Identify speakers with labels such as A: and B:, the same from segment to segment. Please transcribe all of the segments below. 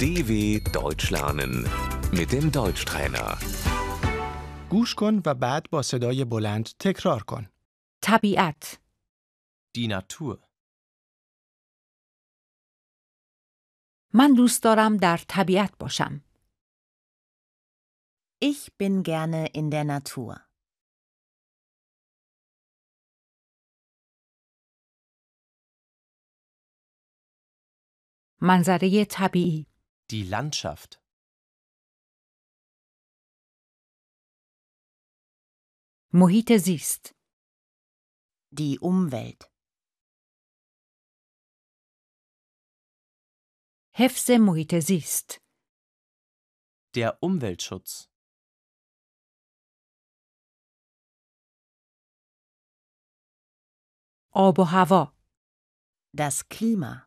A: DW Deutsch lernen mit dem Deutschtrainer.
B: گوش کن و بعد با صدای بلند تکرار کن.
C: طبیعت
D: Die Natur.
C: من دوست دارم در طبیعت باشم.
E: Ich bin gerne in der Natur.
C: منظره طبیعی
D: Die Landschaft.
C: محیط زیست
E: Die Umwelt.
C: حفظ محیط زیست
D: Der Umweltschutz.
C: آب و هوا
E: Das Klima.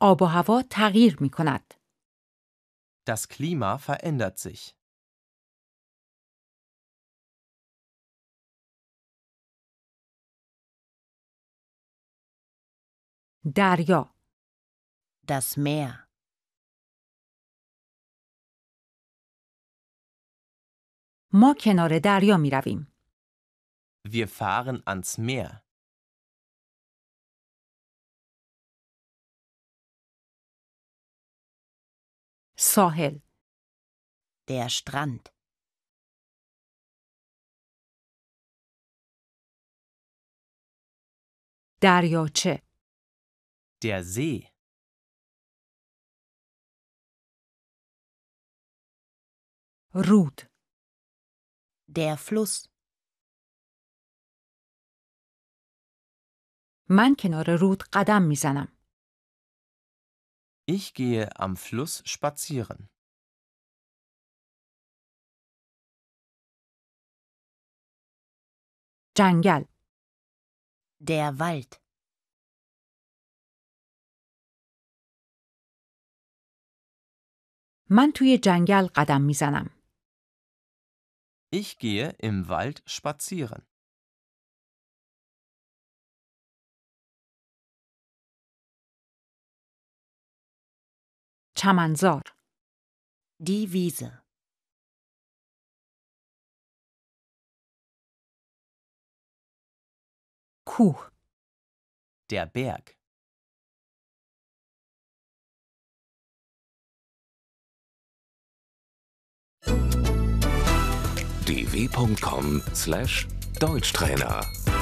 C: آب و هوا تغییر می کند.
D: Das Klima verändert sich.
C: دریا
E: Das Meer.
C: ما کنار دریا می رویم.
D: Wir fahren ans Meer.
C: ساحل
E: Der Strand.
C: دریاچه
D: Der See.
C: رود
E: Der Fluss.
C: من کنار رود قدم می زنم.
D: Ich gehe am Fluss spazieren.
C: جنگل
E: Der Wald.
C: من توی جنگل قدم می زنم.
D: Ich gehe im Wald spazieren.
C: چمنزار
E: Die Wiese.
C: کوه
D: Der Berg.
A: dw.com/deutschtrainer